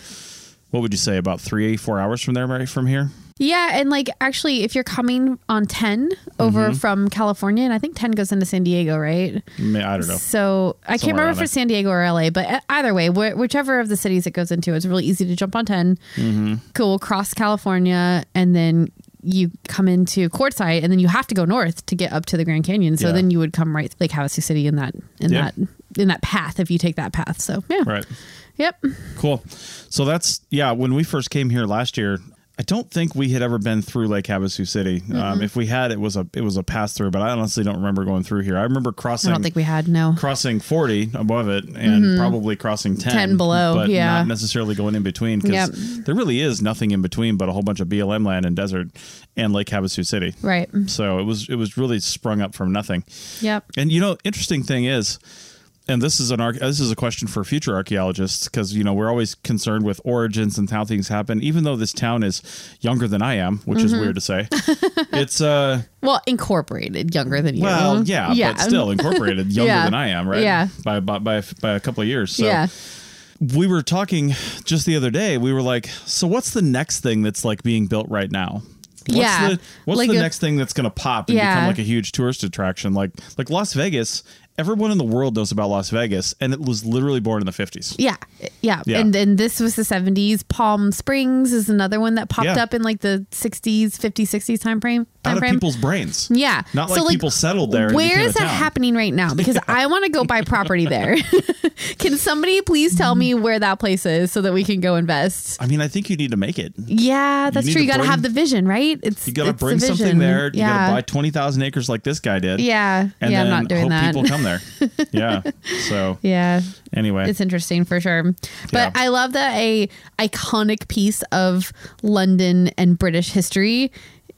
Speaker 3: what would you say, about three, four hours from there, Mary, from here?
Speaker 4: yeah, and like actually, if you're coming on ten over
Speaker 3: Mm-hmm.
Speaker 4: from California, and I think ten goes into San Diego, right?
Speaker 3: I, mean, I don't know.
Speaker 4: So I
Speaker 3: Somewhere
Speaker 4: can't remember
Speaker 3: around
Speaker 4: if
Speaker 3: there.
Speaker 4: it's San Diego or LA, but e- either way, wh- whichever of the cities it goes into, it's really easy to jump on 10
Speaker 3: Mm-hmm.
Speaker 4: Cool, cross California, and then you come into Quartzsite, and then you have to go north to get up to the Grand Canyon. So
Speaker 3: Yeah.
Speaker 4: then you would come right like Havasu City in that in
Speaker 3: Yeah.
Speaker 4: that in that path if you take that path. So yeah,
Speaker 3: Right.
Speaker 4: yep.
Speaker 3: Cool. So that's yeah. When we first came here last year, I don't think we had ever been through Lake Havasu City. Um, if we had, it was a it was a pass through. But I honestly don't remember going through here. I remember
Speaker 4: I
Speaker 3: crossing
Speaker 4: don't think we had no.
Speaker 3: crossing forty above it and probably crossing ten,
Speaker 4: 10 below,
Speaker 3: but
Speaker 4: yeah.
Speaker 3: not necessarily going in between because
Speaker 4: Yep.
Speaker 3: there really is nothing in between but a whole bunch of BLM land and desert and Lake Havasu City.
Speaker 4: Right.
Speaker 3: So it was it was really sprung up from nothing.
Speaker 4: Yep.
Speaker 3: And you know, interesting thing is, and this is an arch- this is a question for future archaeologists because you know we're always concerned with origins and how things happen. Even though this town is younger than I am, which
Speaker 4: Mm-hmm.
Speaker 3: is weird to say, it's uh
Speaker 4: Well, incorporated younger than you.
Speaker 3: well yeah, but still incorporated younger
Speaker 4: Yeah.
Speaker 3: than I am, right?
Speaker 4: Yeah.
Speaker 3: by by by, by a couple of years. So
Speaker 4: yeah.
Speaker 3: we were talking just the other day. We were like, so what's the next thing that's like being built right now? What's
Speaker 4: Yeah.
Speaker 3: The, what's
Speaker 4: Like
Speaker 3: the
Speaker 4: a-
Speaker 3: next thing that's going to pop and
Speaker 4: Yeah.
Speaker 3: become like a huge tourist attraction? Like like Las Vegas. Everyone in the world knows about Las Vegas, and it was literally born in the fifties.
Speaker 4: Yeah. Yeah.
Speaker 3: Yeah.
Speaker 4: And then this was the 70s. Palm Springs is another one that popped
Speaker 3: Yeah.
Speaker 4: up in like the 60s, 50s, 60s time frame.
Speaker 3: Out
Speaker 4: Time
Speaker 3: of
Speaker 4: frame.
Speaker 3: people's brains.
Speaker 4: yeah.
Speaker 3: Not like, people settled there. and
Speaker 4: Where
Speaker 3: became a
Speaker 4: is that
Speaker 3: town.
Speaker 4: happening right now? Because I want to go buy property there. can somebody please tell me
Speaker 3: Mm-hmm.
Speaker 4: where that place is so that we can go invest?
Speaker 3: I mean, I think you need to make it.
Speaker 4: Yeah, that's
Speaker 3: need
Speaker 4: true.
Speaker 3: to
Speaker 4: You got to
Speaker 3: bring-
Speaker 4: have the vision, right? It's
Speaker 3: You got to
Speaker 4: it's the
Speaker 3: bring something
Speaker 4: vision.
Speaker 3: there. You got
Speaker 4: Yeah.
Speaker 3: to buy twenty thousand acres like this guy did.
Speaker 4: Yeah.
Speaker 3: And
Speaker 4: yeah,
Speaker 3: then
Speaker 4: I'm not doing
Speaker 3: hope
Speaker 4: that.
Speaker 3: people come there. yeah. So
Speaker 4: yeah.
Speaker 3: anyway,
Speaker 4: it's interesting for sure. But
Speaker 3: Yeah.
Speaker 4: I love that a iconic piece of London and British history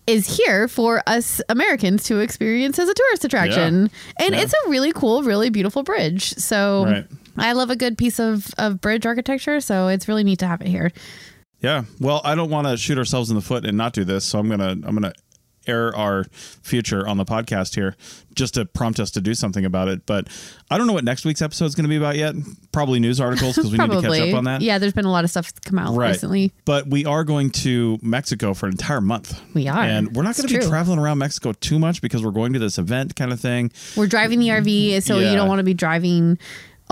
Speaker 4: is here for us Americans to experience as a tourist attraction. And
Speaker 3: Yeah.
Speaker 4: it's a really cool, really beautiful bridge. So
Speaker 3: Right.
Speaker 4: I love a good piece of, of bridge architecture, so it's really neat to have it here.
Speaker 3: Yeah. Well, I don't want to shoot ourselves in the foot and not do this, so I'm gonna I'm gonna air our future on the podcast here just to prompt us to do something about it. But I don't know what next week's episode is going to be about yet. Probably news articles because we need to catch up on that.
Speaker 4: Yeah, there's been a lot of stuff that's come out
Speaker 3: Right.
Speaker 4: recently.
Speaker 3: But we are going to Mexico for an entire month.
Speaker 4: We are.
Speaker 3: And we're not
Speaker 4: It's
Speaker 3: going to be
Speaker 4: true.
Speaker 3: traveling around Mexico too much because we're going to this event kind of thing.
Speaker 4: We're driving the RV, so
Speaker 3: Yeah.
Speaker 4: you don't want to be driving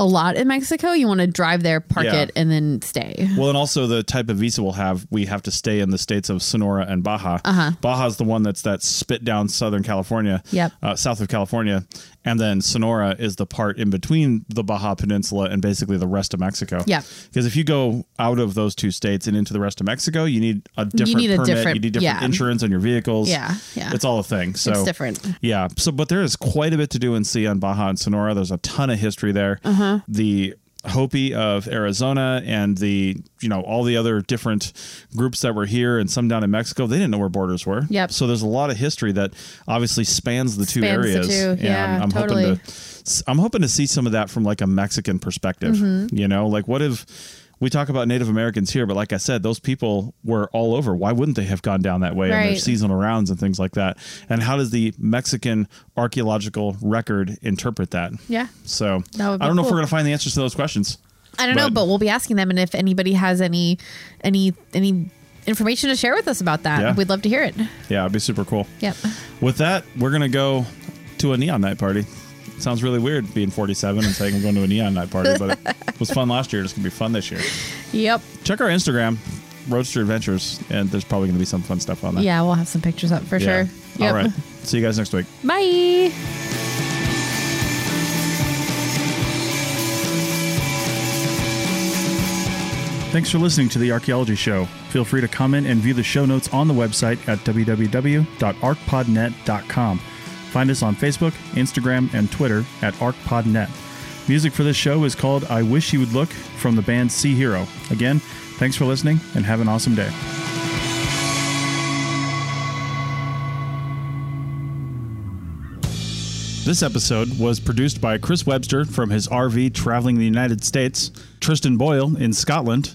Speaker 4: a lot in Mexico. You want to drive there, park
Speaker 3: Yeah.
Speaker 4: it, and then stay.
Speaker 3: Well, and also the type of visa we'll have, we have to stay in the states of Sonora and Baja. Uh-huh. Baja's the one that's that spit down Southern California,
Speaker 4: Yep.
Speaker 3: uh, south of California, and then Sonora is the part in between the Baja Peninsula and basically the rest of Mexico.
Speaker 4: Yeah.
Speaker 3: because if you go out of those two states and into the rest of Mexico, you need a different
Speaker 4: need a
Speaker 3: permit,
Speaker 4: different-
Speaker 3: you need different
Speaker 4: yeah.
Speaker 3: insurance on your vehicles.
Speaker 4: Yeah, yeah.
Speaker 3: it's all a thing. So
Speaker 4: It's different.
Speaker 3: yeah. So, but there is quite a bit to do and see on Baja and Sonora. There's a ton of history there. Uh-huh. The Hopi of Arizona and the, you know, all the other different groups that were here and some down in Mexico, they didn't know where borders were.
Speaker 4: Yep.
Speaker 3: So there's a lot of history that obviously spans the two
Speaker 4: Spans the
Speaker 3: areas.
Speaker 4: two.
Speaker 3: And
Speaker 4: Yeah,
Speaker 3: I'm
Speaker 4: totally.
Speaker 3: hoping to, I'm hoping to see some of that from like a Mexican perspective,
Speaker 4: Mm-hmm.
Speaker 3: you know, like what if, we talk about Native Americans here, but like I said, those people were all over. Why wouldn't they have gone down that way? And their
Speaker 4: Right.
Speaker 3: seasonal rounds and things like that. And how does the Mexican archaeological record interpret that?
Speaker 4: Yeah.
Speaker 3: So
Speaker 4: That would be
Speaker 3: I don't know if
Speaker 4: cool.
Speaker 3: we're going to find the answers to those questions.
Speaker 4: I don't know,
Speaker 3: But-
Speaker 4: but we'll be asking them, and if anybody has any, any, any information to share with us about that,
Speaker 3: Yeah.
Speaker 4: we'd love to hear it.
Speaker 3: Yeah, it'd be super cool.
Speaker 4: Yep.
Speaker 3: With that, we're going to go to a neon night party. Sounds really weird being 47 and saying I'm going to a neon night party, but it was fun last year. It's going to be fun this year.
Speaker 4: Yep.
Speaker 3: Check our Instagram, Roadster Adventures, and there's probably going to be some fun stuff on there.
Speaker 4: Yeah, we'll have some pictures up for
Speaker 3: Yeah.
Speaker 4: sure. Yep.
Speaker 3: All right. See you guys next week.
Speaker 4: Bye.
Speaker 3: Thanks for listening to The Archaeology Show. Feel free to comment and view the show notes on the website at www.arcpodnet.com. Find us on Facebook, Instagram, and Twitter at arcpodnet. Music for this show is called I Wish You Would Look from the band Sea Hero. Again, thanks for listening and have an awesome day. This episode was produced by Chris Webster from his RV traveling the United States, Tristan Boyle in Scotland,